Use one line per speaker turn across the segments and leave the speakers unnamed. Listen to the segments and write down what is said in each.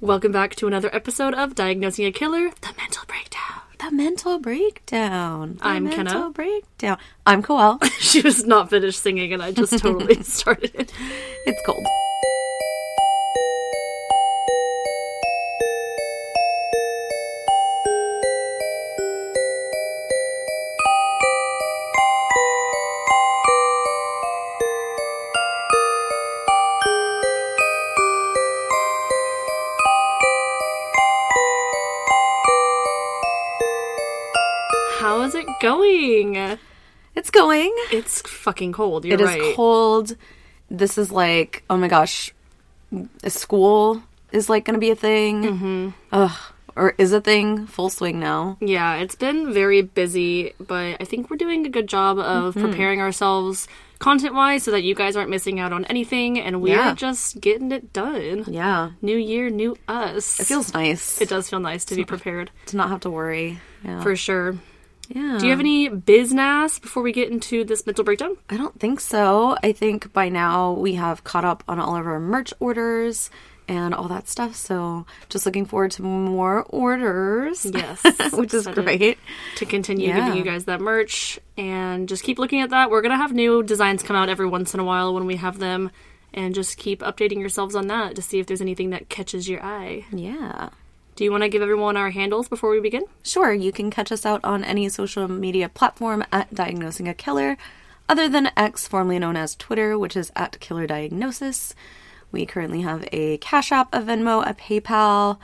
Welcome back to another episode of Diagnosing a Killer, The Mental Breakdown.
The mental breakdown. The
I'm Kenna.
mental breakdown. I'm Coel.
she was not finished singing and I just totally started it.
it's cold.
How is it going?
It's going.
It's fucking cold. You're
It is
right.
cold. This is like, oh my gosh, a school is like going to be a thing. Mm-hmm. Ugh. Or is a thing full swing now.
Yeah, it's been very busy, but I think we're doing a good job of
Mm-hmm.
preparing ourselves content wise so that you guys aren't missing out on anything and we're
Yeah.
just getting it done.
Yeah.
New year, new us.
It feels nice
it does feel nice to be prepared
to not have to worry. Yeah.
for sure.
yeah.
Do you have any business before we get into this mental breakdown?
I don't think so. I think by now we have caught up on all of our merch orders and all that stuff. So just looking forward to more orders.
Yes.
which is
Excited
great.
To continue
Yeah.
giving you guys that merch and just keep looking at that. We're going to have new designs come out every once in a while when we have them and just keep updating yourselves on that to see if there's anything that catches your eye.
Yeah.
Do you want to give everyone our handles before we begin?
Sure, you can catch us out on any social media platform at Diagnosing a Killer, other than X, formerly known as Twitter, which is at Killer Diagnosis. We currently have a Cash App, a Venmo, a PayPal.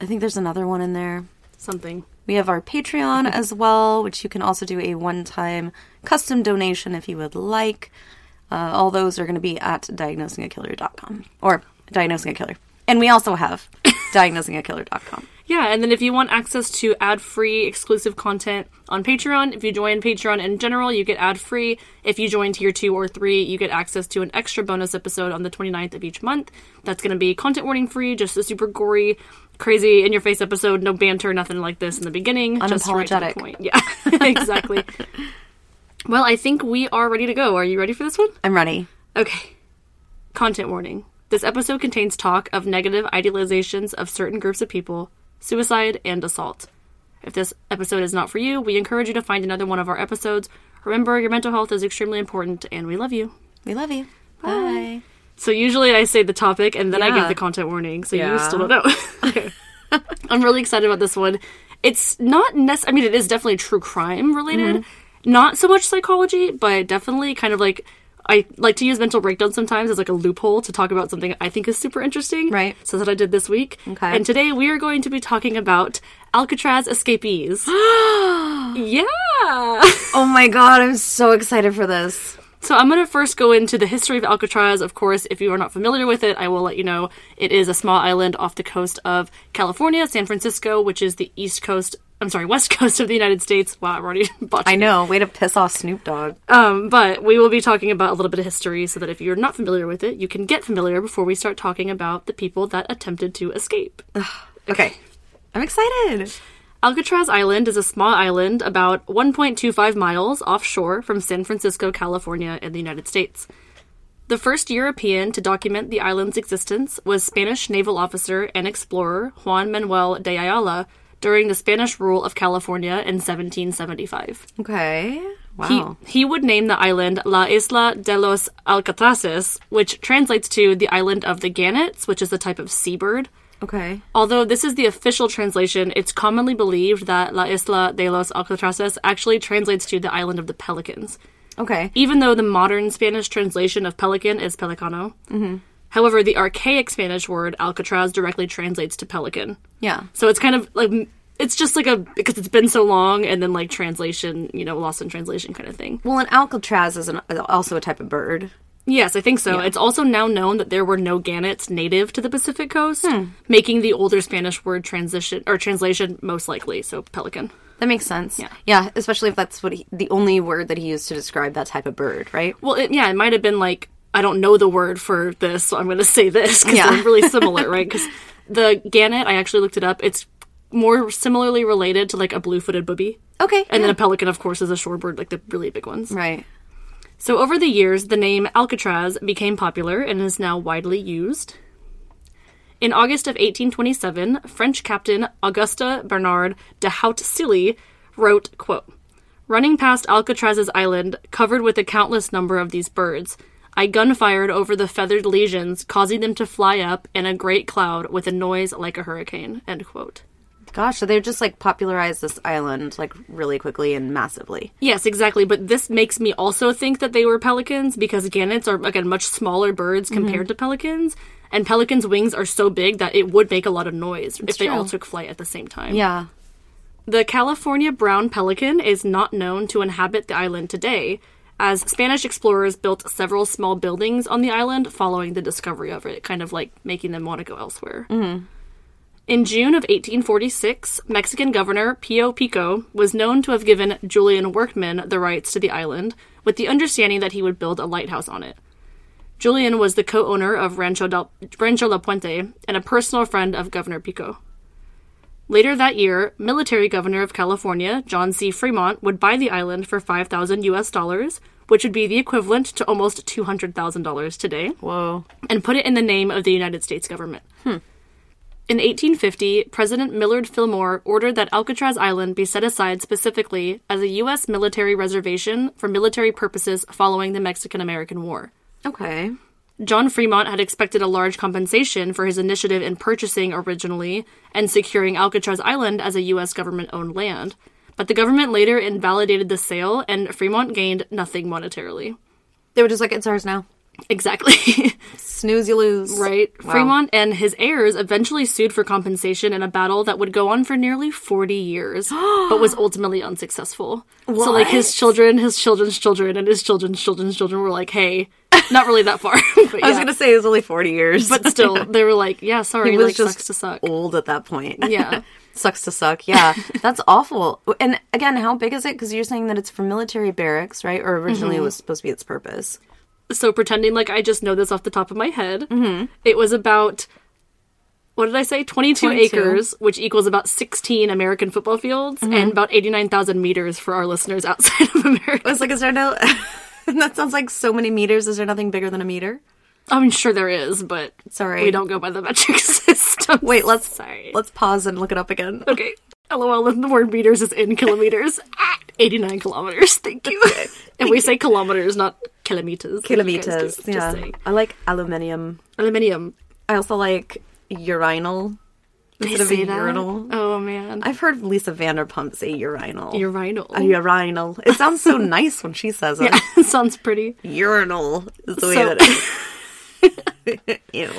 I think there's another one in there.
Something.
We have our Patreon as well, which you can also do a one time custom donation if you would like. Uh, all those are going to be at diagnosingakiller.com or diagnosing a killer. And we also have diagnosingakiller.com.
Yeah, and then if you want access to ad free exclusive content on Patreon, if you join Patreon in general, you get ad free. If you join tier two or three, you get access to an extra bonus episode on the 29th of each month. That's going to be content warning free, just a super gory, crazy, in your face episode, no banter, nothing like this in the beginning. Just right to the
Unapologetic.
point. Yeah, exactly. well, I think we are ready to go. Are you ready for this one?
I'm ready.
Okay. Content warning. This episode contains talk of negative idealizations of certain groups of people, suicide, and assault. If this episode is not for you, we encourage you to find another one of our episodes. Remember, your mental health is extremely important, and we love you.
We love you. Bye.
So usually I say the topic and then I give
Yeah.
the content warning, so
Yeah.
you still don't know. Okay. I'm really excited about this one. It's not necess- I mean, it is definitely true crime related,
Mm-hmm.
not so much psychology, but definitely kind of like I like to use mental breakdown sometimes as like a loophole to talk about something I think is super interesting.
Right.
So that I did this week.
Okay.
And today we are going to be talking about Alcatraz escapees. yeah.
Oh my god, I'm so excited for this.
So I'm going to first go into the history of Alcatraz. Of course, if you are not familiar with it, I will let you know it is a small island off the coast of California, San Francisco, which is the east coast. I'm sorry, west coast of the United States. Wow, I've already botched.
I know, way to piss off Snoop Dogg.
Um, but we will be talking about a little bit of history so that if you're not familiar with it, you can get familiar before we start talking about the people that attempted to escape.
Okay. I'm excited.
Alcatraz Island is a small island about 1.25 miles offshore from San Francisco, California, in the United States. The first European to document the island's existence was Spanish naval officer and explorer Juan Manuel de Ayala during the Spanish rule of California in 1775.
Okay.
He,
Wow.
he would name the island La Isla de los Alcatraces, which translates to the island of the gannets, which is the type of seabird.
okay.
Although this is the official translation, it's commonly believed that La Isla de los Alcatraces actually translates to the island of the pelicans,
Okay.
even though the modern Spanish translation of pelican is pelicano. However, the archaic Spanish word Alcatraz directly translates to pelican.
Yeah.
So it's kind of like it's just like a because it's been so long and then like translation, you know, lost in translation kind of thing.
Well, an Alcatraz is an, also a type of bird.
Yes, I think so. It's also now known that there were no gannets native to the Pacific coast, making the older Spanish word transition or translation most likely, so pelican.
That makes sense. Yeah. Yeah, especially if that's what he, the only word that he used to describe that type of bird, right?
Well, it, yeah, it might have been like I don't know the word for this, so I'm going to say this because
Yeah.
they're really similar, right? Because the gannet, I actually looked it up. It's more similarly related to like a blue-footed booby,
Okay.
and then a pelican, of course, is a shorebird, like the really big ones.
right.
So over the years, the name Alcatraz became popular and is now widely used. In August of 1827, French captain Augusta Bernard de Haute Silly wrote, quote, Running past Alcatraz's island, covered with a countless number of these birds, I gunfired over the feathered legions, causing them to fly up in a great cloud with a noise like a hurricane. End quote.
Gosh, so they just like popularized this island like really quickly and massively.
Yes, exactly. But this makes me also think that they were pelicans because gannets are, again, much smaller birds compared to pelicans. And pelicans' wings are so big that it would make a lot of noise if they all
true.
took flight at the same time.
Yeah.
The California brown pelican is not known to inhabit the island today, as Spanish explorers built several small buildings on the island following the discovery of it, kind of like making them want to go elsewhere. In June of 1846, Mexican governor Pio Pico was known to have given Julian Workman the rights to the island, with the understanding that he would build a lighthouse on it. Julian was the co owner of Rancho, del- Rancho La Puente and a personal friend of Governor Pico. Later that year, military governor of California, John C. Fremont, would buy the island for 5,000 US dollars, which would be the equivalent to almost $200,000 today,
Whoa.
and put it in the name of the United States government. In 1850, President Millard Fillmore ordered that Alcatraz Island be set aside specifically as a U.S. military reservation for military purposes following the Mexican American War.
Okay.
John Fremont had expected a large compensation for his initiative in purchasing originally and securing Alcatraz Island as a U.S. government owned land, but the government later invalidated the sale and Fremont gained nothing monetarily.
They were just like, it's ours now.
Exactly.
Snooze, you lose.
right?
Wow.
Fremont and his heirs eventually sued for compensation in a battle that would go on for nearly 40 years, but was ultimately unsuccessful. So, like, his
What?
children, his children's children, and his children's children's children were like, hey, not really that far. but
I was
yeah.
going to say it was only 40 years.
But still, they were like, yeah, sorry,
It was
like,
just
sucks to suck.
old at that point.
Yeah.
sucks to suck. Yeah. That's awful. And again, how big is it? Because you're saying that it's for military barracks, right? Or originally
Mm-hmm.
it was supposed to be its purpose.
So, pretending like I just know this off the top of my head,
Mm-hmm.
it was about, what did I say? 22,
22.
acres, which equals about 16 American football fields
Mm-hmm.
and about 89,000 meters for our listeners outside of America.
I was like, is there no. that sounds like so many meters. Is there nothing bigger than a meter?
I'm sure there is, but
Sorry.
we don't go by the metric system.
Wait, let's
Sorry.
let's pause and look it up again.
okay. LOL, the word meters is in kilometers. Ah, 89 kilometers. Thank you. and we say kilometers, not kilometers. like you guys do.
Kilometers.
Just
Yeah.
saying.
I like aluminium.
Aluminium.
I also like urinal
They
instead of
say
a
that?
urinal.
Oh, man.
I've heard Lisa Vanderpump say urinal.
Urinal.
a urinal. It sounds so nice when she says it.
yeah, sounds pretty.
Urinal is the way
So-
that it Ew.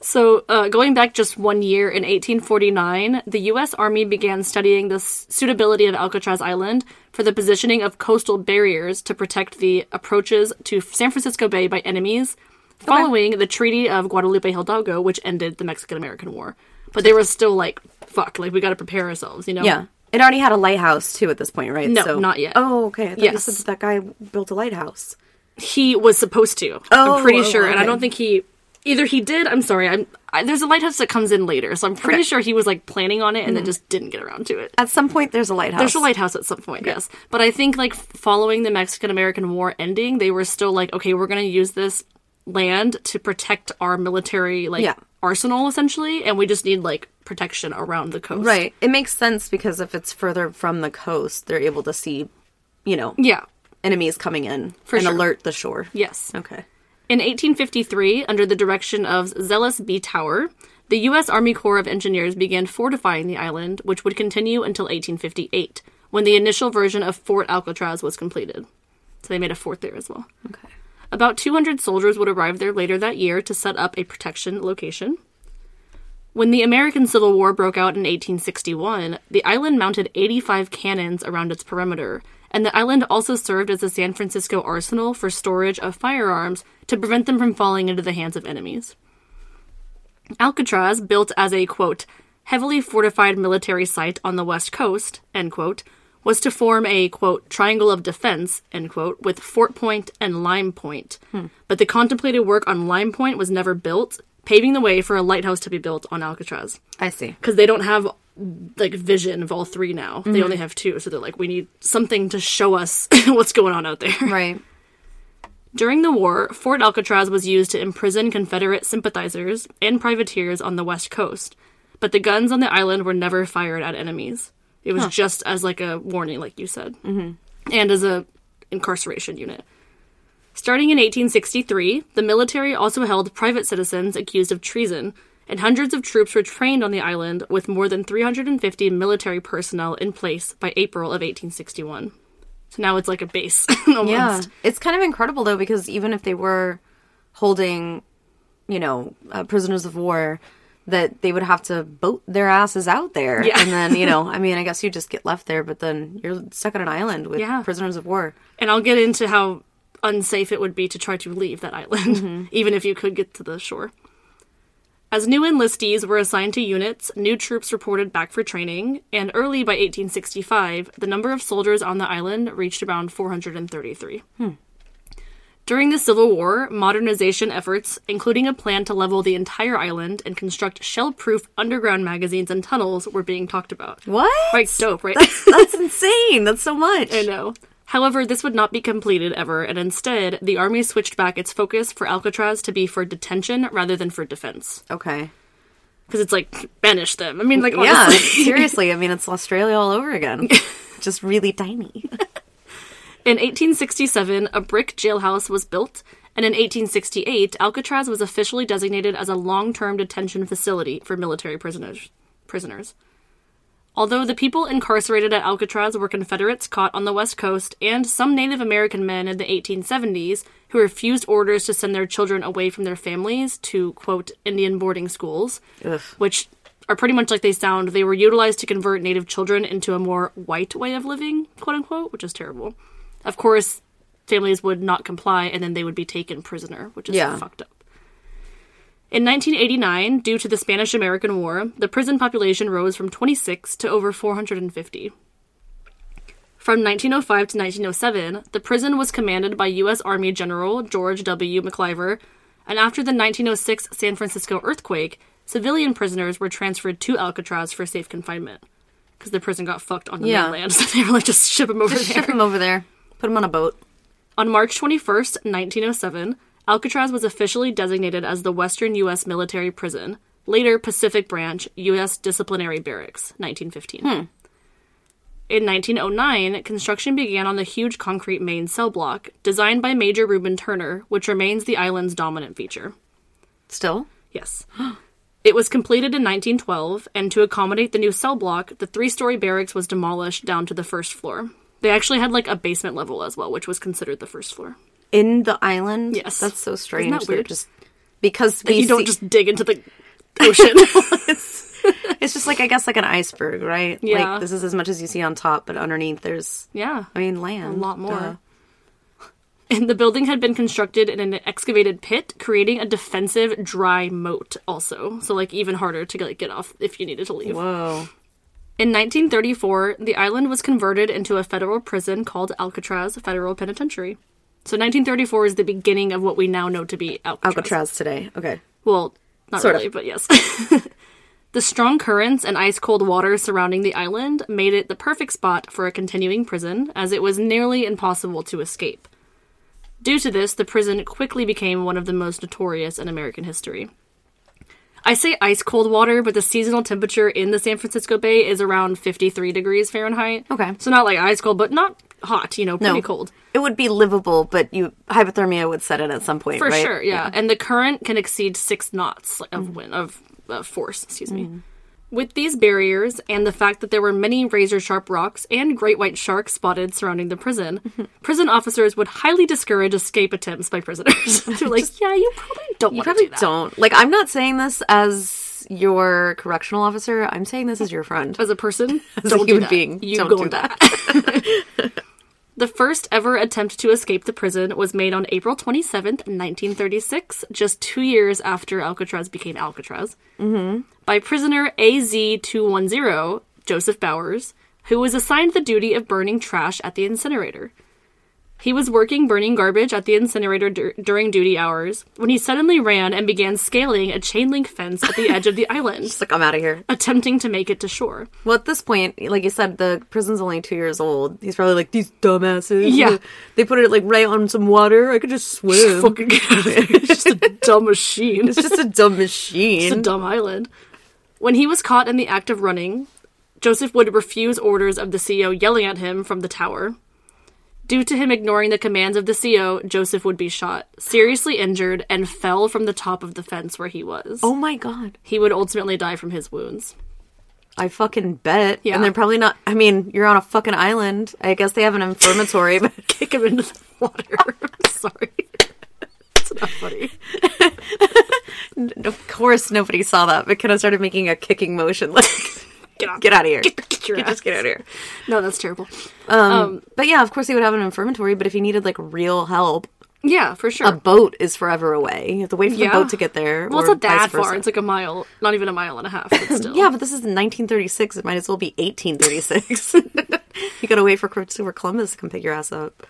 So, uh, going back just one year in 1849, the U.S. Army began studying the s- suitability of Alcatraz Island for the positioning of coastal barriers to protect the approaches to San Francisco Bay by enemies, following the Treaty of Guadalupe Hidalgo, which ended the Mexican American War. But they were still like, fuck, like, we gotta prepare ourselves, you know?
Yeah. It already had a lighthouse too at this point, right?
No, not yet.
Oh, okay. I thought you
Yes.
said that, that guy built a lighthouse.
He was supposed to.
Oh,
I'm pretty
oh,
sure. And I
okay.
don't think he. Either he did, I'm sorry. I'm, I, there's a lighthouse that comes in later, so I'm pretty sure he was like planning on it
Mm-hmm.
and then just didn't get around to it.
At some point, there's a lighthouse.
There's a lighthouse at some point, yes. But I think like following the Mexican American War ending, they were still like, okay, we're gonna use this land to protect our military like
Yeah.
arsenal essentially, and we just need like protection around the coast.
Right. It makes sense because if it's further from the coast, they're able to see, you know,
Yeah.
enemies coming in and
sure.
alert the shore.
Yes.
Okay.
In 1853, under the direction of Zealous B. Tower, the U.S. Army Corps of Engineers began fortifying the island, which would continue until 1858, when the initial version of Fort Alcatraz was completed. So they made a fort there as well.
Okay.
About 200 soldiers would arrive there later that year to set up a protection location. When the American Civil War broke out in 1861, the island mounted 85 cannons around its perimeter, and the island also served as a San Francisco arsenal for storage of firearms to prevent them from falling into the hands of enemies. Alcatraz, built as a quote, heavily fortified military site on the west coast, end quote, was to form a quote triangle of defense, end quote, with Fort Point and Lime Point. But the contemplated work on Lime Point was never built, paving the way for a lighthouse to be built on Alcatraz.
I see.
Because they don't have like vision of all three now. They only have two, so they're like, we need something to show us what's going on out there.
Right.
During the war, Fort Alcatraz was used to imprison Confederate sympathizers and privateers on the west coast, but the guns on the island were never fired at enemies. It was just as like a warning, like you said, mm-hmm. and as a incarceration unit. Starting in 1863, the military also held private citizens accused of treason, and hundreds of troops were trained on the island with more than 350 military personnel in place by April of 1861. So now it's like a base almost.
Yeah. It's kind of incredible, though, because even if they were holding, you know, uh, prisoners of war, that they would have to boat their asses out there.
Yeah.
And then, you know, I mean, I guess you just get left there, but then you're stuck on an island with
Yeah.
prisoners of war.
And I'll get into how unsafe it would be to try to leave that island, even if you could get to the shore. As new enlistees were assigned to units, new troops reported back for training, and early by 1865, the number of soldiers on the island reached around 433. During the Civil War, modernization efforts, including a plan to level the entire island and construct shell proof underground magazines and tunnels, were being talked about.
What?
Right, dope, right?
That's insane. That's so much.
I know. However, this would not be completed ever, and instead, the army switched back its focus for Alcatraz to be for detention rather than for defense.
okay.
Because it's like, banish them. I mean, like,
Yeah,
honestly.
seriously. I mean, it's Australia all over again. Just really tiny.
In 1867, a brick jailhouse was built, and in 1868, Alcatraz was officially designated as a long term detention facility for military prisoners. prisoners. Although the people incarcerated at Alcatraz were Confederates caught on the West Coast and some Native American men in the 1870s who refused orders to send their children away from their families to, quote, Indian boarding schools,
Ugh.
which are pretty much like they sound, they were utilized to convert Native children into a more white way of living, quote unquote, which is terrible. Of course, families would not comply and then they would be taken prisoner, which is
Yeah.
fucked up. In 1989, due to the Spanish American War, the prison population rose from 26 to over 450. From 1905 to 1907, the prison was commanded by U.S. Army General George W. McIver, and after the 1906 San Francisco earthquake, civilian prisoners were transferred to Alcatraz for safe confinement. Because the prison got fucked on the
Yeah.
mainland, so they were like, just ship them over there.
Ship them over there. Put them on a boat.
On March 21st, 1907, Alcatraz was officially designated as the Western U.S. Military Prison, later Pacific Branch U.S. Disciplinary Barracks, 1915. In 1909, construction began on the huge concrete main cell block, designed by Major Reuben Turner, which remains the island's dominant feature.
Still?
Yes. It was completed in 1912, and to accommodate the new cell block, the three story barracks was demolished down to the first floor. They actually had like a basement level as well, which was considered the first floor.
In the island?
Yes.
That's so
Isn't that
strange. it
weird?
Just, because we
you don't
see-
just dig into the ocean.
It's just like, I guess, like an iceberg, right?
Yeah.
Like, this is as much as you see on top, but underneath there's,
yeah,
I mean, land.
a lot more.
Duh.
And the building had been constructed in an excavated pit, creating a defensive dry moat. Also, so like even harder to like get off if you needed to leave.
Whoa.
In 1934, the island was converted into a federal prison called Alcatraz Federal Penitentiary. So 1934 is the beginning of what we now know to be
Alcatraz today. Okay.
Well, not
Sort of.
really, but yes. the strong currents and ice cold water surrounding the island made it the perfect spot for a continuing prison, as it was nearly impossible to escape. Due to this, the prison quickly became one of the most notorious in American history. I say ice cold water, but the seasonal temperature in the San Francisco Bay is around 53 degrees Fahrenheit.
Okay.
So not like ice cold, but not hot, you know, pretty cold.
It would be livable, but you hypothermia would set in at some point,
For
right? Mm.
sure, yeah. And the current can exceed six knots of wind of, of force. Excuse me. With these barriers and the fact that there were many razor sharp rocks and great white sharks spotted surrounding the prison,
Mm-hmm.
prison officers would highly discourage escape attempts by prisoners. They're like, yeah, you probably don't
You
want to
probably
do that.
don't. Like, I'm not saying this as your correctional officer. I'm saying this as your friend.
As a person,
As a
don't do
human
that.
being,
you
don't
go
do
back. the first ever attempt to escape the prison was made on April 27th, 1936, just two years after Alcatraz became Alcatraz, mm-hmm. by prisoner AZ210, Joseph Bowers, who was assigned the duty of burning trash at the incinerator. He was working burning garbage at the incinerator dur- during duty hours when he suddenly ran and began scaling a chain link fence at the edge of the island,
It's like, I'm out of here.
attempting to make it to shore.
Well, at this point, like you said, the prison's only two years old. He's probably like, these dumbasses.
Yeah.
They put it like right on some water. I could just swim.
Fucking just a dumb machine.
it's just a dumb machine.
It's a dumb island. When he was caught in the act of running, Joseph would refuse orders of the CO yelling at him from the tower. Due to him ignoring the commands of the CO, Joseph would be shot, seriously injured, and fell from the top of the fence where he was.
oh my god.
He would ultimately die from his wounds.
I fucking bet.
Yeah.
And they're probably not. I mean, you're on a fucking island. I guess they have an infirmary, but
Kick him into the water. I'm sorry. It's not funny.
of course nobody saw that. But Kenna started making a kicking motion like,
Get out.
get out of here.
Get your
Just
ass. Um,
get out of here. Mm.
No, that's terrible.
But yeah, of course they would have an infirmary, but if you needed like real help,
Yeah, for sure.
a boat is forever away. You have to wait for
Yeah.
the boat to get there.
well,
or
it's not
vice
that
versa.
far. It's like a mile, not even a mile and a half, but still.
Yeah, but this is 1936. It might as well be 1836. you gotta wait for Christopher Columbus to come pick your ass up.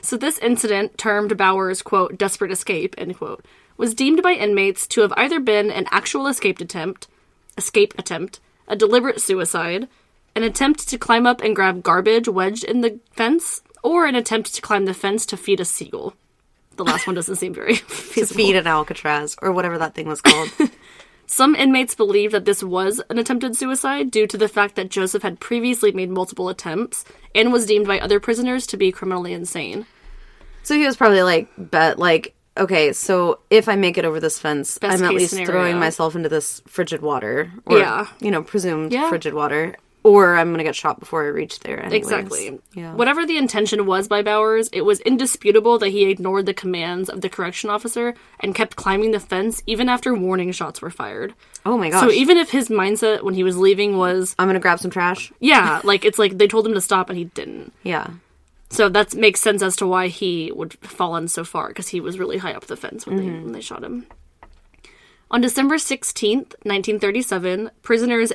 So this incident, termed Bauer's quote desperate escape end quote, was deemed by inmates to have either been an actual escaped attempt, escape attempt, a deliberate suicide, an attempt to climb up and grab garbage wedged in the fence, or an attempt to climb the fence to feed a seagull. The last one doesn't seem very
To
feasible.
feed an Alcatraz or whatever that thing was called.
Some inmates believe that this was an attempted suicide due to the fact that Joseph had previously made multiple attempts and was deemed by other prisoners to be criminally insane.
so he was probably like, bet like, okay, so if I make it over this fence,
Best
I'm at
case
least
scenario.
throwing myself into this frigid water, or
Yeah.
you know, presumed
Yeah.
frigid water, or I'm gonna get shot before I reach there. Anyways.
Exactly.
Yeah.
Whatever the intention was by Bowers, it was indisputable that he ignored the commands of the correction officer and kept climbing the fence even after warning shots were fired.
Oh my gosh.
So even if his mindset when he was leaving was,
I'm gonna grab some trash.
yeah, like it's like they told him to stop and he didn't.
Yeah.
So that makes sense as to why he would have fallen so far because he was really high up the fence when, they, when they shot him. On December 16th, 1937, prisoners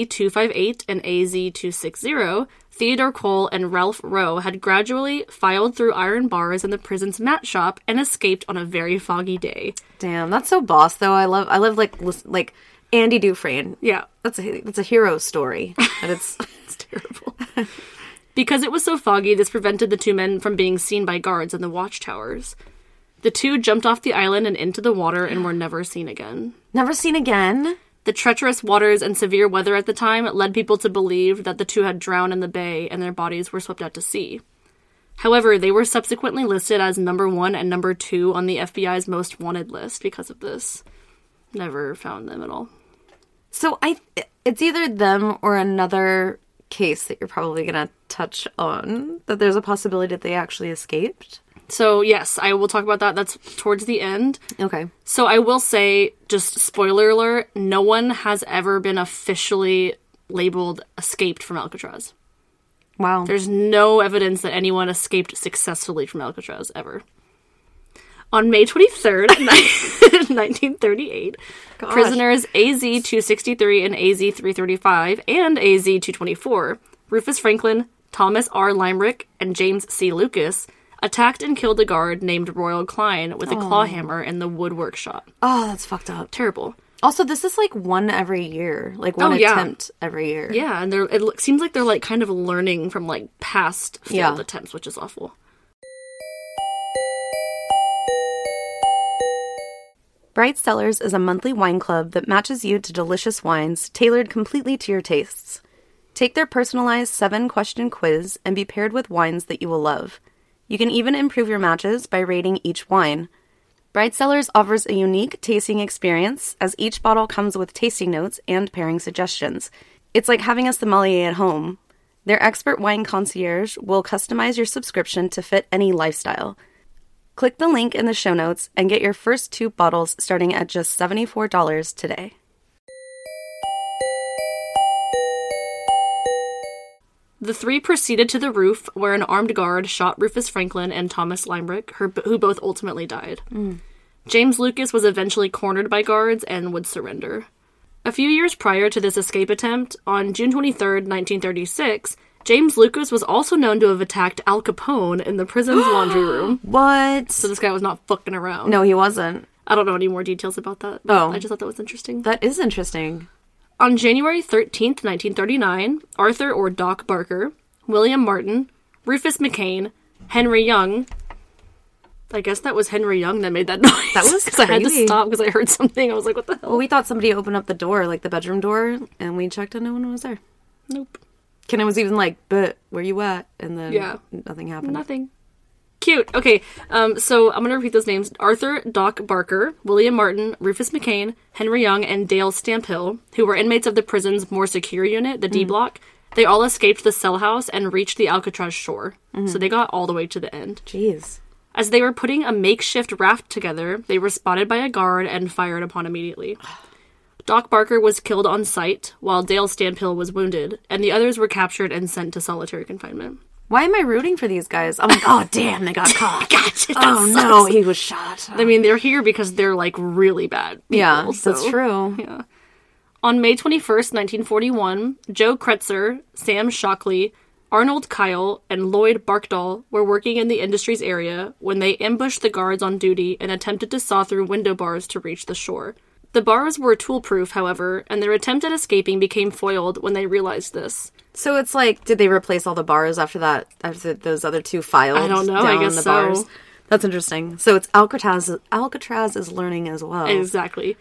AZ-258 and AZ-260, Theodore Cole and Ralph Rowe had gradually filed through iron bars in the prison's mat shop and escaped on a very foggy day.
Damn, that's so boss though. I love I love like lis- like Andy Dufresne.
Yeah.
That's a that's a hero story. And it's it's terrible.
Because it was so foggy, this prevented the two men from being seen by guards in the watchtowers. The two jumped off the island and into the water and were never seen again.
Never seen again.
The treacherous waters and severe weather at the time led people to believe that the two had drowned in the bay and their bodies were swept out to sea. However, they were subsequently listed as number one and number two on the FBI's most wanted list because of this. Never found them at all.
So I it's either them or another case that you're probably going to touch on that there's a possibility that they actually escaped.
So, yes, I will talk about that. That's towards the end.
Okay.
So, I will say, just spoiler alert, no one has ever been officially labeled escaped from Alcatraz.
Wow.
There's no evidence that anyone escaped successfully from Alcatraz ever. On May 23rd, 1938,
Gosh.
prisoners AZ-263 and AZ-335 and AZ-224, Rufus Franklin, Thomas R. Limerick, and James C. Lucas, attacked and killed a guard named Royal Klein with a claw hammer in the wood workshop.
oh, that's fucked up.
Terrible.
Also, this is like one every year. Like one
Oh, yeah.
attempt every year.
Yeah, and they're, it look, seems like they're like kind of learning from like past failed
Yeah.
attempts, which is awful.
Bright Cellars is a monthly wine club that matches you to delicious wines tailored completely to your tastes. Take their personalized seven question quiz and be paired with wines that you will love. You can even improve your matches by rating each wine. Bright Cellars offers a unique tasting experience as each bottle comes with tasting notes and pairing suggestions. It's like having a sommelier at home. Their expert wine concierge will customize your subscription to fit any lifestyle. Click the link in the show notes and get your first two bottles starting at just $74 today.
The three proceeded to the roof, where an armed guard shot Rufus Franklin and Thomas Limerick, her, who both ultimately died. James Lucas was eventually cornered by guards and would surrender. A few years prior to this escape attempt, on June 23, 1936, James Lucas was also known to have attacked Al Capone in the prison's laundry room.
What?
So this guy was not fucking around.
No, he wasn't.
I don't know any more details about that.
Oh.
I just thought that was interesting.
That is interesting.
On January 13th, 1939, Arthur or Doc Barker, William Martin, Rufus McCain, Henry Young. I guess that was Henry Young that made that noise.
That was
'Cause I had to
crazy.
stop because I heard something. I was like, what the hell?
Well, we thought somebody opened up the door, like the bedroom door, and we checked and no one was there.
Nope.
Kenan was even like, but where you at? And then
Yeah.
nothing happened.
Nothing. Cute. Okay. Um, so I'm going to repeat those names Arthur Doc Barker, William Martin, Rufus McCain, Henry Young, and Dale Stamphill, who were inmates of the prison's more secure unit, the
Mm.
D Block. They all escaped the cell house and reached the Alcatraz shore.
Mm-hmm.
So they got all the way to the end.
Jeez.
As they were putting a makeshift raft together, they were spotted by a guard and fired upon immediately. Doc Barker was killed on sight, while Dale Stamphill was wounded, and the others were captured and sent to solitary confinement.
Why am I rooting for these guys? I'm like, oh damn, they got caught.
Gotcha.
oh no, he was shot.
I mean, they're here because they're like really bad. people,
yeah, that's
so-
true.
On May 21st, 1941, Joe Kretzer, Sam Shockley, Arnold Kyle, and Lloyd Barkdahl were working in the industries area when they ambushed the guards on duty and attempted to saw through window bars to reach the shore. The bars were tool-proof, however, and their attempt at escaping became foiled when they realized this.
So it's like, did they replace all the bars after that? After those other two files?
I don't know, I guess so.
That's interesting. So it's Alcatraz. Alcatraz is learning as well.
Exactly.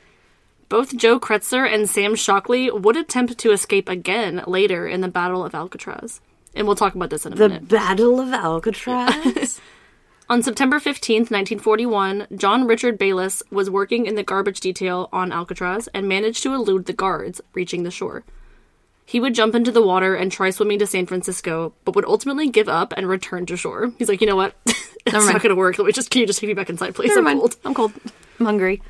Both Joe Kretzer and Sam Shockley would attempt to escape again later in the Battle of Alcatraz. And we'll talk about this in a
the
minute.
Battle of Alcatraz.
On September 15th, 1941, John Richard Bayless was working in the garbage detail on Alcatraz and managed to elude the guards, reaching the shore. He would jump into the water and try swimming to San Francisco, but would ultimately give up and return to shore. He's like, you know what? it's not
mind.
going to work. Let me just, can you just take me back inside, please? I'm cold.
I'm cold. I'm hungry.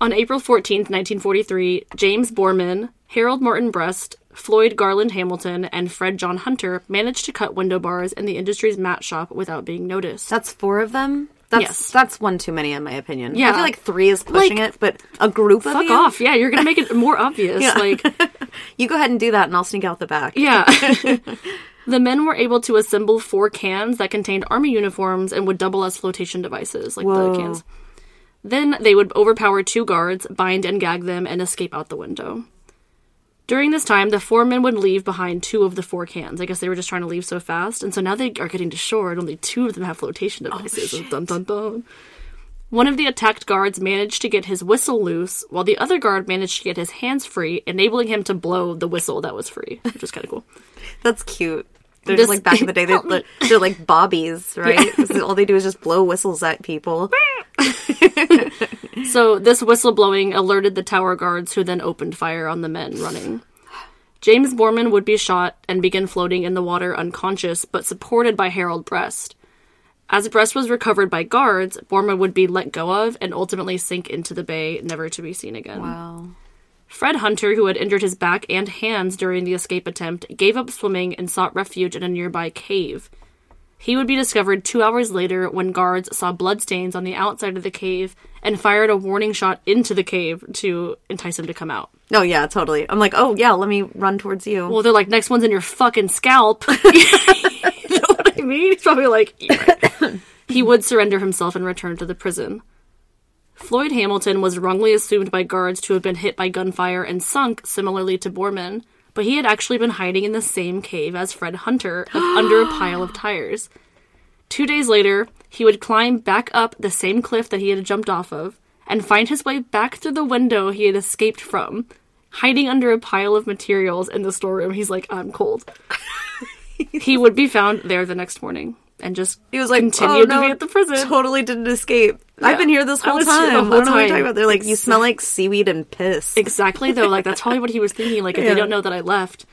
On April 14th, 1943, James Borman, Harold Martin Brest, Floyd Garland Hamilton, and Fred John Hunter managed to cut window bars in the industry's mat shop without being noticed.
That's four of them. That's
Yes.
that's one too many in my opinion. I
Yeah.
feel like three is pushing it, but a group of
Fuck
you,
off. Yeah, you're going to make it more obvious. Like,
you go ahead and do that, and I'll sneak out the back.
yeah. the men were able to assemble four cans that contained army uniforms and would double as flotation devices, like
Whoa.
the cans. Then they would overpower two guards, bind and gag them, and escape out the window. During this time, the four men would leave behind two of the four cans. I guess they were just trying to leave so fast, and so now they are getting to shore, and only two of them have flotation devices. Dun, dun, dun. One of the attacked guards managed to get his whistle loose, while the other guard managed to get his hands free, enabling him to blow the whistle that was free, which was kind of cool.
That's cute. They're
This-
just like back in the day. They're, they're, they're like bobbies, right? So all they do is just blow whistles at people.
So this whistleblowing alerted the tower guards, who then opened fire on the men running. James Borman would be shot and begin floating in the water unconscious, but supported by Harold Brest. As Brest was recovered by guards, Borman would be let go of and ultimately sink into the bay, never to be seen again.
Wow.
Fred Hunter, who had injured his back and hands during the escape attempt, gave up swimming and sought refuge in a nearby cave. He would be discovered two hours later when guards saw bloodstains on the outside of the cave and fired a warning shot into the cave to entice him to come out.
Oh yeah, totally. I'm like, oh yeah, let me run towards you.
Well, they're like, next one's in your fucking scalp. you know what I mean? He's probably like, "Yeah, right." he would surrender himself and return to the prison. Floyd Hamilton was wrongly assumed by guards to have been hit by gunfire and sunk, similarly to Borman, but he had actually been hiding in the same cave as Fred Hunter, like, under a pile of tires. Two days later, he would climb back up the same cliff that he had jumped off of and find his way back through the window he had escaped from, hiding under a pile of materials in the storeroom. He's like, I'm cold. he would be found there the next morning and just
he was like,
continued
oh, no,
to be at the prison.
Totally didn't escape. I've
Yeah.
been here this
I
whole
was
time.
here the
I don't
whole
know what you're
time.
talking about. They're like, you smell like seaweed and piss.
Exactly though, like that's probably what he was thinking. Like if
Yeah.
they don't know that I left,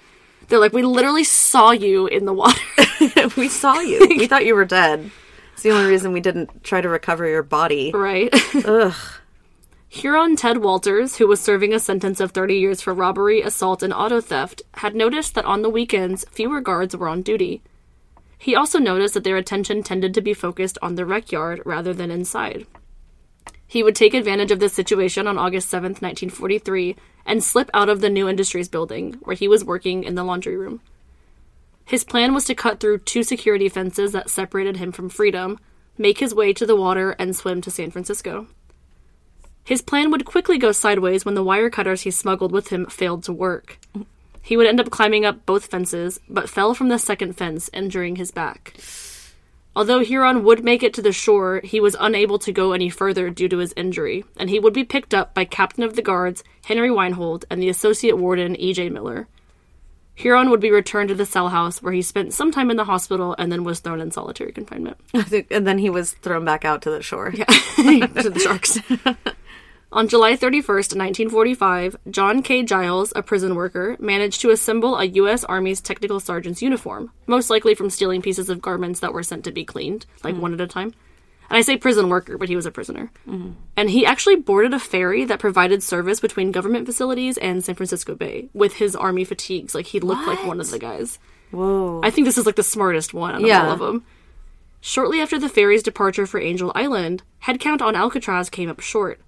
they're like, we literally saw you in the water.
we saw you. We thought you were dead. It's the only reason we didn't try to recover your body.
Right. Huron Ted Walters, who was serving a sentence of 30 years for robbery, assault, and auto theft, had noticed that on the weekends fewer guards were on duty. He also noticed that their attention tended to be focused on the rec yard rather than inside. He would take advantage of this situation on August 7th, 1943, and slip out of the New Industries building, where he was working in the laundry room. His plan was to cut through two security fences that separated him from freedom, make his way to the water, and swim to San Francisco. His plan would quickly go sideways when the wire cutters he smuggled with him failed to work. He would end up climbing up both fences, but fell from the second fence, injuring his back. Although Huron would make it to the shore, he was unable to go any further due to his injury, and he would be picked up by Captain of the Guards Henry Weinhold and the Associate Warden E.J. Miller. Huron would be returned to the cell house where he spent some time in the hospital and then was thrown in solitary confinement
and then he was thrown back out to the shore. Yeah.
to the sharks. On July 31st, 1945, John K. Giles, a prison worker, managed to assemble a U.S. Army's technical sergeant's uniform, most likely from stealing pieces of garments that were sent to be cleaned, like one at a time. And I say prison worker, but he was a prisoner. And he actually boarded a ferry that provided service between government facilities and San Francisco Bay with his army fatigues. Like, he looked like one of the guys.
Whoa.
I think this is like the smartest one out of
Yeah.
all of them. Shortly after the ferry's departure for Angel Island, headcount on Alcatraz came up short.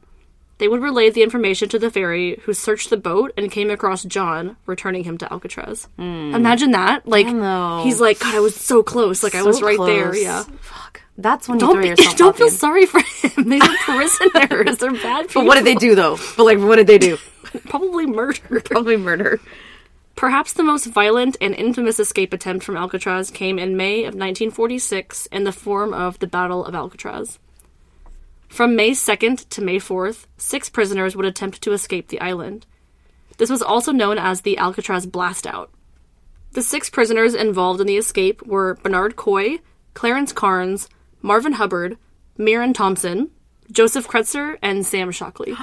They would relay the information to the ferry, who searched the boat and came across John, returning him to Alcatraz.
Hmm.
Imagine that! Like
know.
he's like, God, I was so close. Like I was
So
right there.
close.
Yeah.
Fuck. That's when you
Don't
throw
be,
yourself
don't
off
feel
in.
sorry for him. These are prisoners. They're bad people.
But what did they do though? But like, what did they do?
Probably murder.
Probably murder.
Perhaps the most violent and infamous escape attempt from Alcatraz came in May of 1946 in the form of the Battle of Alcatraz. From May 2nd to May 4th, six prisoners would attempt to escape the island. This was also known as the Alcatraz Blastout. The six prisoners involved in the escape were Bernard Coy, Clarence Carnes, Marvin Hubbard, Miran Thompson, Joseph Kretzer, and Sam Shockley.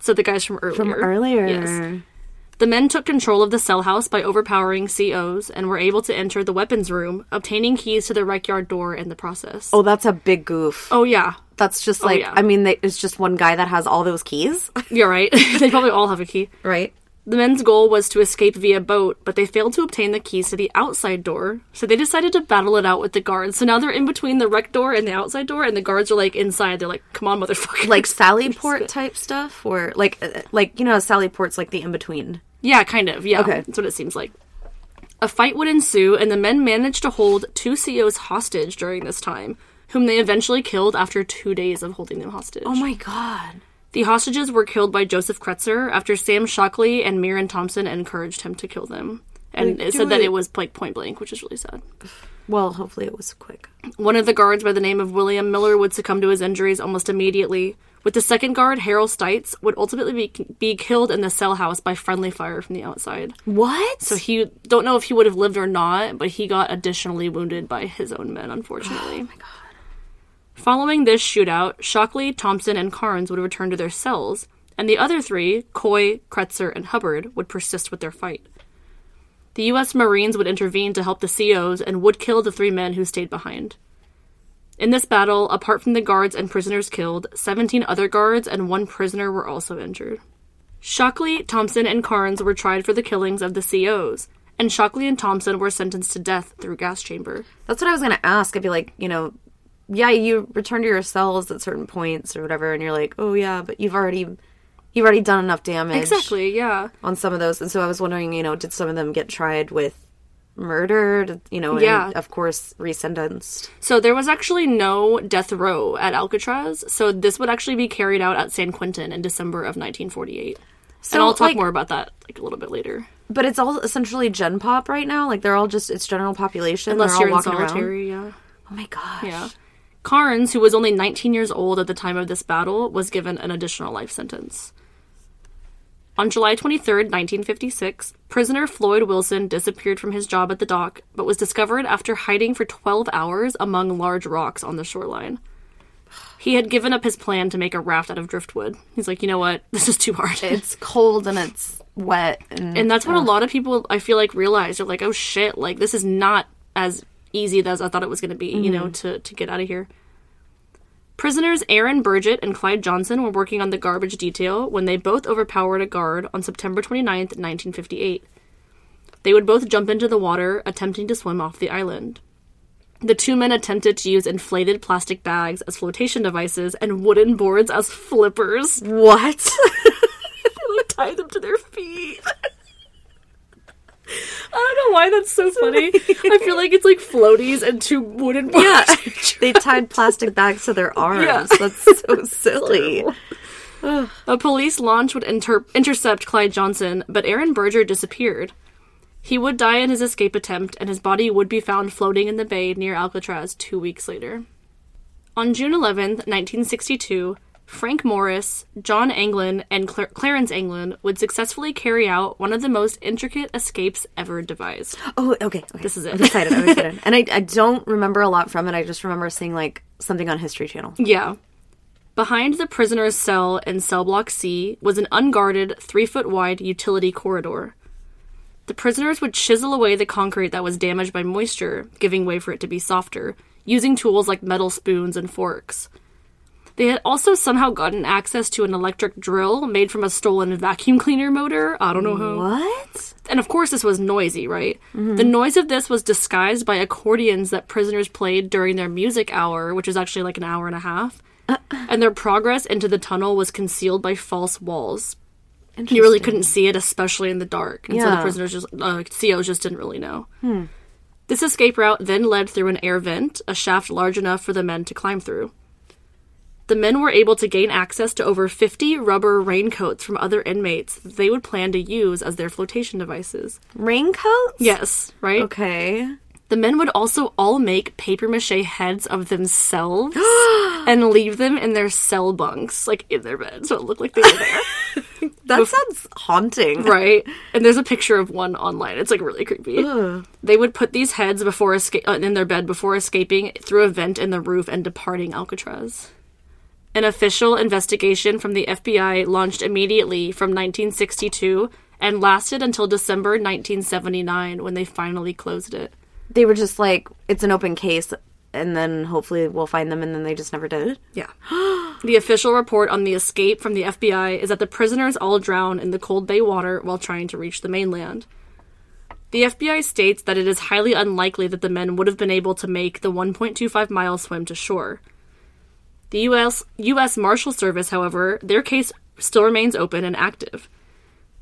So the guys from earlier.
From earlier.
Yes. The men took control of the cell house by overpowering COs and were able to enter the weapons room, obtaining keys to the rec yard door in the process. Oh,
Oh, that's a big goof.
yeah.
That's just like
Oh, yeah.
I mean, they, it's just one guy that has all those keys,
You're right. they probably all have a key.
right?
The men's goal was to escape via boat, but they failed to obtain the keys to the outside door, so they decided to battle it out with the guards. So now they're in between the rec door and the outside door, and the guards are like inside. They're like, come on, motherfucker.
Like Sally Port type stuff, or like uh, like you know, Sally Port's like the in between.
Yeah, kind of. Yeah.
Okay.
That's what it seems like. A fight would ensue, and the men managed to hold two COs hostage during this time, whom they eventually killed after two days of holding them hostage.
Oh my god.
the hostages were killed by Joseph Kretzer after Sam Shockley and Miran Thompson encouraged him to kill them. And it
do
said that
it.
it was like point blank, which is really sad.
Well, hopefully it was quick.
One of the guards by the name of William Miller would succumb to his injuries almost immediately, with the second guard, Harold Stites, would ultimately be, be killed in the cell house by friendly fire from the outside.
What?
So he don't know if he would have lived or not, but he got additionally wounded by his own men, unfortunately. Following this shootout, Shockley, Thompson, and Carnes would return to their cells, and the other three, Coy, Kretzer, and Hubbard, would persist with their fight. The U.S. Marines would intervene to help the COs and would kill the three men who stayed behind. In this battle, apart from the guards and prisoners killed, 17 other guards and one prisoner were also injured. Shockley, Thompson, and Carnes were tried for the killings of the COs, and Shockley and Thompson were sentenced to death through gas chamber.
That's what I was gonna ask. I'd be like, you know, yeah, you return to your cells at certain points or whatever, and you're like, oh yeah, but you've already, you've already done enough damage
Exactly, yeah.
on some of those, and so I was wondering, you know, did some of them get tried with murder? Did- You know,
Yeah.
and of course, resentenced.
So there was actually no death row at Alcatraz, so this would actually be carried out at San Quentin in December of 1948. and I'll talk
like-
more about that like a little bit later.
But it's all essentially gen pop right now. Like they're all just it's general population.
Unless
they're
you're in
all walking around.
solitary, yeah.
Oh my gosh.
Yeah. Carnes, who was only 19 years old at the time of this battle, was given an additional life sentence. On July 23, 1956, prisoner Floyd Wilson disappeared from his job at the dock, but was discovered after hiding for 12 hours among large rocks on the shoreline. He had given up his plan to make a raft out of driftwood. He's like, you know what? This is too hard.
It's cold and it's wet and,
And that's what a lot of people I feel like realize. They're like, oh shit, like this is not as easy as I thought it was going to be, you know, to, to get out of here. Prisoners Aaron Burgett and Clyde Johnson were working on the garbage detail when they both overpowered a guard on September 29th, 1958. They would both jump into the water, attempting to swim off the island. The two men attempted to use inflated plastic bags as flotation devices and wooden boards as flippers.
what?
They like tie them to their feet. I don't know why that's so funny. I feel like it's like floaties and two wooden bars.
Yeah. they tied plastic bags to their arms.
Yeah.
That's so silly.
A police launch would inter- intercept Clyde Johnson, but Aaron Berger disappeared. He would die in his escape attempt, and his body would be found floating in the bay near Alcatraz two weeks later. On June 11th, 1962, Frank Morris, John Anglin, and Cla- Clarence Anglin would successfully carry out one of the most intricate escapes ever devised.
Oh, okay. okay.
This is it.
I'm excited. I'm excited. and I, I don't remember a lot from it. I just remember seeing like something on History Channel.
Yeah. Behind the prisoner's cell in cell block C was an unguarded, three foot wide utility corridor. The prisoners would chisel away the concrete that was damaged by moisture, giving way for it to be softer, using tools like metal spoons and forks. They had also somehow gotten access to an electric drill made from a stolen vacuum cleaner motor. I don't know how
What?
and of course this was noisy, right? The noise of this was disguised by accordions that prisoners played during their music hour, which was actually like an hour and a half. and their progress into the tunnel was concealed by false walls. You really couldn't see it, especially in the dark. And so the
Yeah.
prisoners just, uh, COs just didn't really know. This escape route then led through an air vent, a shaft large enough for the men to climb through. The men were able to gain access to over 50 rubber raincoats from other inmates that they would plan to use as their flotation devices.
Raincoats?
Yes, right?
Okay.
The men would also all make papier mache heads of themselves and leave them in their cell bunks, like in their bed, so it looked like they were there.
That sounds haunting.
right? And there's a picture of one online. It's like really creepy. They would put these heads before esca- uh, in their bed before escaping through a vent in the roof and departing Alcatraz. An official investigation from the FBI launched immediately from 1962 and lasted until December 1979 when they finally closed it.
They were just like, it's an open case, and then hopefully we'll find them, and then they just never did.
Yeah. the official report on the escape from the FBI is that the prisoners all drown in the cold bay water while trying to reach the mainland. The FBI states that it is highly unlikely that the men would have been able to make the 1.25 mile swim to shore. The US US Marshal Service, however, their case still remains open and active.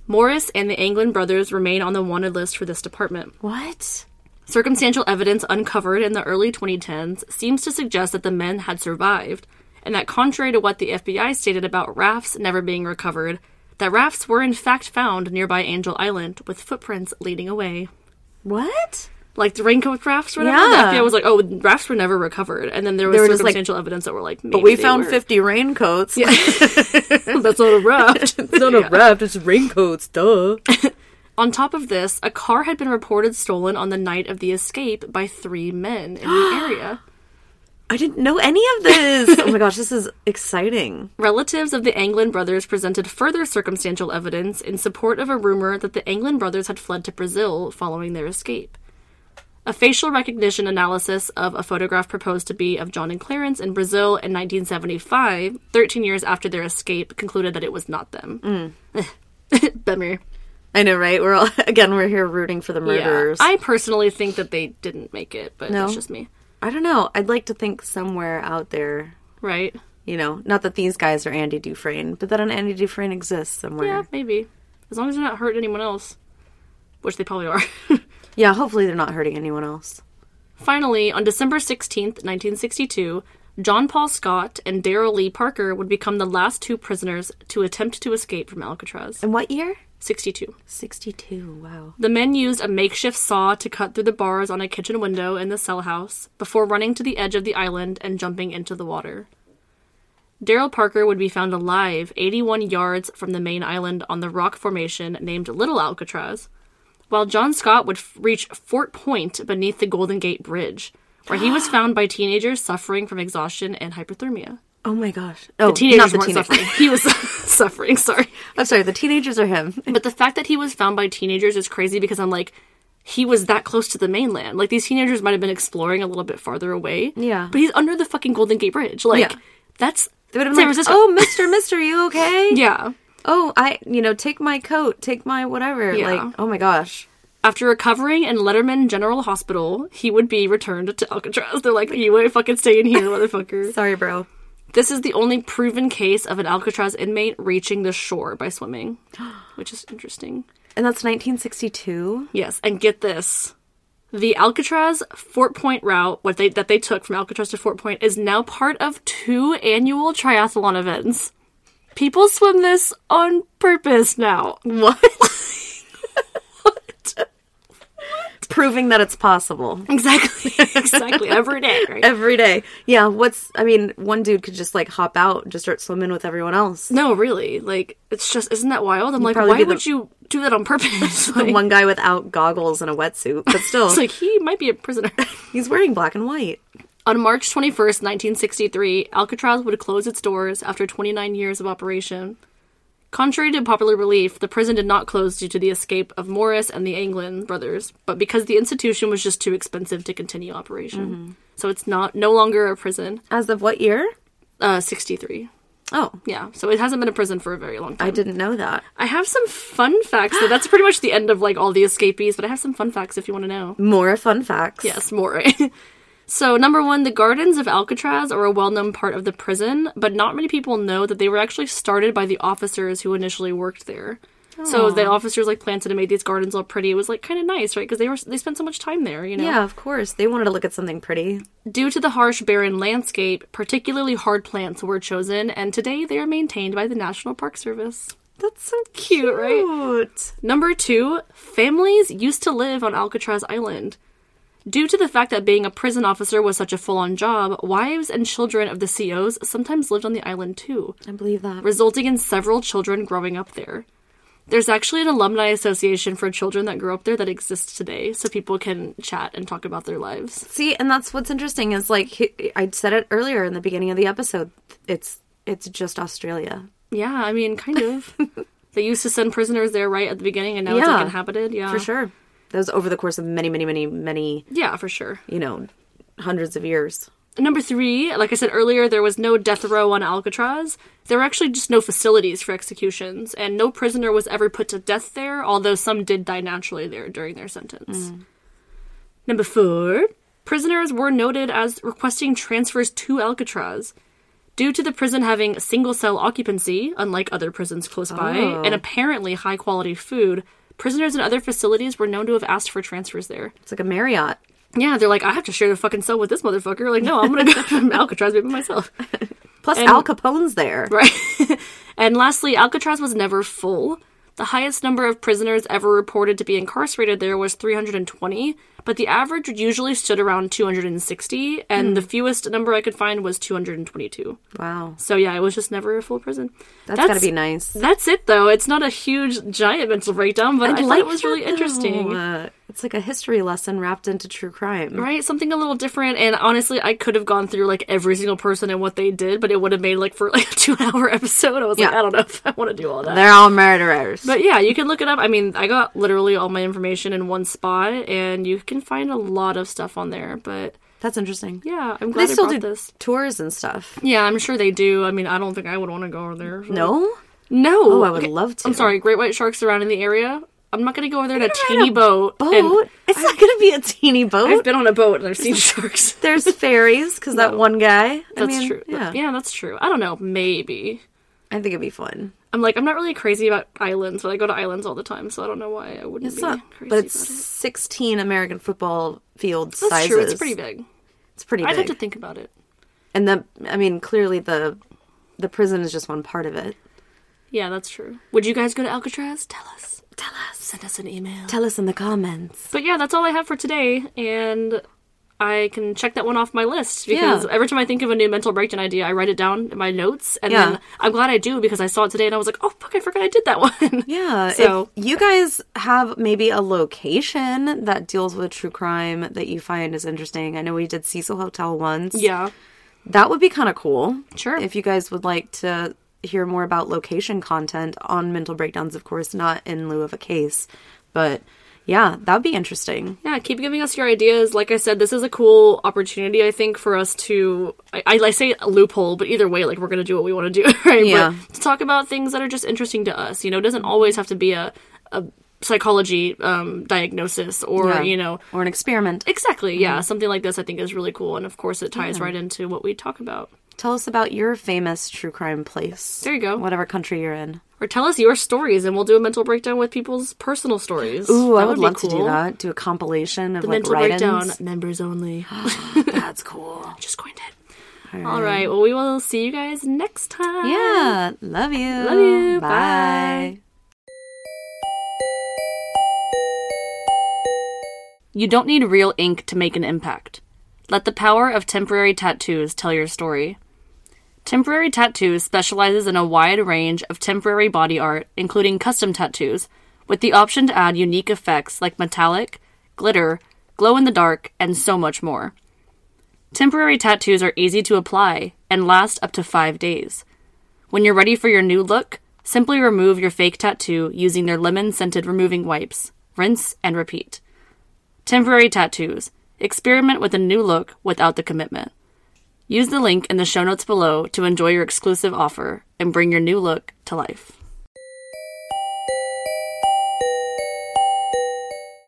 Morris and the Anglin brothers remain on the wanted list for this department.
What?
Circumstantial evidence uncovered in the early 2010s seems to suggest that the men had survived, and that contrary to what the FBI stated about rafts never being recovered, that rafts were in fact found nearby Angel Island with footprints leading away.
What?
Like the raincoat rafts or whatever,
Yeah.
the FBI was like, oh, rafts were never recovered. And then there was
were just like-
circumstantial evidence that were like, maybe
We
they
found
were.
50 raincoats. Yeah.
That's not a raft.
not a raft, it's raincoats, duh.
On top of this, a car had been reported stolen on the night of the escape by three men in the area.
I didn't know any of this. oh my gosh, this is exciting.
Relatives of the Anglin brothers presented further circumstantial evidence in support of a rumor that the Anglin brothers had fled to Brazil following their escape. A facial recognition analysis of a photograph proposed to be of John and Clarence in Brazil in 1975, 13 years after their escape, concluded that it was not them. Bummer.
I know, right? We're all, again, we're here rooting for the murderers.
I personally think that they didn't make it, but
No?
that's just me.
I don't know. I'd like to think somewhere out there,
Right?
you know, not that these guys are Andy Dufresne, but that an Andy Dufresne exists somewhere.
Yeah,
Yeah,
maybe. As long as they're not hurting anyone else, which they probably are.
hopefully they're not hurting anyone else.
Finally, on December 16th, 1962, John Paul Scott and Daryl Lee Parker would become the last two prisoners to attempt to escape from Alcatraz.
And what year?
62.
62. Wow.
The men used a makeshift saw to cut through the bars on a kitchen window in the cell house before running to the edge of the island and jumping into the water. Daryl Parker would be found alive 81 yards from the main island on the rock formation named Little Alcatraz, while John Scott would f- reach Fort Point beneath the Golden Gate Bridge, where he was found by teenagers suffering from exhaustion and hyperthermia.
Oh my gosh. Oh,
Teenagers
not the
weren't
teenagers.
suffering. He was suffering, sorry.
I'm sorry, the teenagers are him.
But the fact that he was found by teenagers is crazy because I'm like, he was that close to the mainland. Like these teenagers might have been exploring a little bit farther away.
Yeah.
But he's under the fucking Golden Gate Bridge. Like
Yeah.
that's
They would have
San
been like,
Francisco.
oh, Mr. Mister, you okay?
Yeah.
Oh, I, you know, take my coat, take my whatever.
Yeah.
Like, oh my gosh.
After recovering in Letterman General Hospital, he would be returned to Alcatraz. They're like, you ain't fucking staying here, motherfucker.
Sorry, bro.
This is the only proven case of an Alcatraz inmate reaching the shore by swimming, which is interesting.
And that's 1962.
Yes, and get this. The Alcatraz Fort Point route, what they that they took from Alcatraz to Fort Point, is now part of two annual triathlon events. People swim this on purpose now. What?
Proving that it's possible.
exactly. Exactly. Every day. Right?
Every day. Yeah, what's, I mean, one dude could just like hop out and just start swimming with everyone else.
No, really. Like, it's just, isn't that wild? I'm like,
probably
why
be the-
would you do that on purpose? like,
One guy without goggles and a wetsuit, but still,
it's like, he might be a prisoner.
he's wearing black and white.
on March 21st, 1963, Alcatraz would close its doors after 29 years of operation. Contrary to popular belief, the prison did not close due to the escape of Morris and the Anglin brothers, but because the institution was just too expensive to continue operation. So it's not no longer a prison.
As of what year?
Uh, 63.
Oh,
Yeah, so it hasn't been a prison for a very long time.
I didn't know that.
I have some fun facts. So that's pretty much the end of like all the escapees, but I have some fun facts if you want to know.
More fun facts.
Yes, more. so number one, the gardens of Alcatraz are a well-known part of the prison, but not many people know that they were actually started by the officers who initially worked there. So the officers like planted and made these gardens all pretty. It was like kind of nice, right? Because they were they spent so much time there, you know.
Yeah, of course. They wanted to look at something pretty.
Due to the harsh, barren landscape, particularly hard plants were chosen, and today they are maintained by the National Park Service.
That's so cute.
Cute, right? Number two, families used to live on Alcatraz Island. Due to the fact that being a prison officer was such a full on job, wives and children of the COs sometimes lived on the island too,
I believe that.
resulting in several children growing up there. There's actually an alumni association for children that grew up there that exists today, so people can chat and talk about their lives.
See, and that's what's interesting is like he- I said it earlier in the beginning of the episode. It's it's just Australia
Yeah, I mean, kind of. they used to send prisoners there right at the beginning, and now it's
Yeah.
like inhabited. Yeah,
for sure. That was over the course of many, many, many, many,
Yeah, for sure.
you know, hundreds of years.
Number three, like I said earlier, there was no death row on Alcatraz. There were actually just no facilities for executions, and no prisoner was ever put to death there, although some did die naturally there during their sentence. Number four, prisoners were noted as requesting transfers to Alcatraz. Due to the prison having single cell occupancy, unlike other prisons close by,
Oh.
and apparently high quality food, prisoners in other facilities were known to have asked for transfers there.
It's like a Marriott.
Yeah, they're like, I have to share the fucking cell with this motherfucker. Like, no, I'm gonna go to Alcatraz by myself.
Plus Al Capone's there.
Right. and lastly, Alcatraz was never full. The highest number of prisoners ever reported to be incarcerated there was 320, but the average usually stood around 260, and
Hmm.
the fewest number I could find was 222.
Wow.
So yeah, it was just never a full prison.
that's gotta be nice.
That's it though. It's not a huge, giant mental breakdown, but I, thought
like
it was really
that,
interesting.
though. Uh, it's like a history lesson wrapped into true crime.
Right, something a little different, and honestly, I could have gone through like every single person and what they did, but it would have made like for like a two-hour episode. I was like,
Yeah.
I don't know if I want to do all that.
They're all murderers.
But yeah, you can look it up. I mean, I got literally all my information in one spot, and you can find a lot of stuff on there. But
that's interesting.
yeah, I'm glad
They
I
still
brought
do
this.
tours and stuff.
Yeah, I'm sure they do. I mean, I don't think I would want to go over there.
No?
no.
Oh, I would love to.
I'm sorry, great white sharks surrounding the area. I'm not gonna go over there in a teeny boat. and-
Boat? It's not going to be a teeny boat.
I've been on a boat and I've seen sharks.
There's fairies because that one guy.
That's
I mean,
true.
Yeah.
yeah, that's true. I don't know. Maybe.
I think it'd be fun.
I'm like, I'm not really crazy about islands, but I go to islands all the time, so I don't know why I wouldn't
It's
be
not,
crazy
but it's
about it.
16 American football field
That's
sizes.
true. It's pretty big.
It's pretty
I'd have
big.
to think about it.
and the, I mean, clearly the the prison is just one part of it.
Yeah, that's true. Would you guys go to Alcatraz? Tell us. Tell us. Send us an email.
Tell us in the comments.
But yeah, that's all I have for today, and I can check that one off my list because
Yeah.
every time I think of a new mental breakdown idea, I write it down in my notes, and
Yeah.
then I'm glad I do because I saw it today and I was like, oh fuck, I forgot I did that one.
Yeah.
So-
if you guys have maybe a location that deals with true crime that you find is interesting. I know we did Cecil Hotel once.
yeah.
That would be kind of cool.
Sure.
If you guys would like to hear more about location content on mental breakdowns, of course, not in lieu of a case, but yeah, that would be interesting.
Yeah, keep giving us your ideas. Like I said, this is a cool opportunity, I think, for us to. I, I, I say a loophole, but either way, like, we're going to do what we want to do, right?
Yeah.
But to talk about things that are just interesting to us. You know, it doesn't always have to be a, a psychology um, diagnosis or,
Yeah. Mm-hmm.
you know.
or an experiment.
Exactly, yeah. Something like this, I think, is really cool. And of course, it ties right into what we talk about.
Tell us about your famous true crime place.
There you go.
Whatever country you're in.
Or tell us your stories and we'll do a mental breakdown with people's personal stories.
Ooh, I
That
would,
be
love to do
cool.
that. Do a compilation of
The
like
mental
write-ins.
breakdown, members only.
That's cool.
Just coined it. All right. Well, we will see you guys next time.
Yeah. Love you.
Love you. Bye.
Bye.
You don't need real ink to make an impact. Let the power of temporary tattoos tell your story. Temporary Tattoos specializes in a wide range of temporary body art, including custom tattoos, with the option to add unique effects like metallic, glitter, glow in the dark, and so much more. Temporary tattoos are easy to apply and last up to five days. When you're ready for your new look, simply remove your fake tattoo using their lemon scented removing wipes. Rinse and repeat. Temporary tattoos. Experiment with a new look without the commitment. Use the link in the show notes below to enjoy your exclusive offer and bring your new look to life.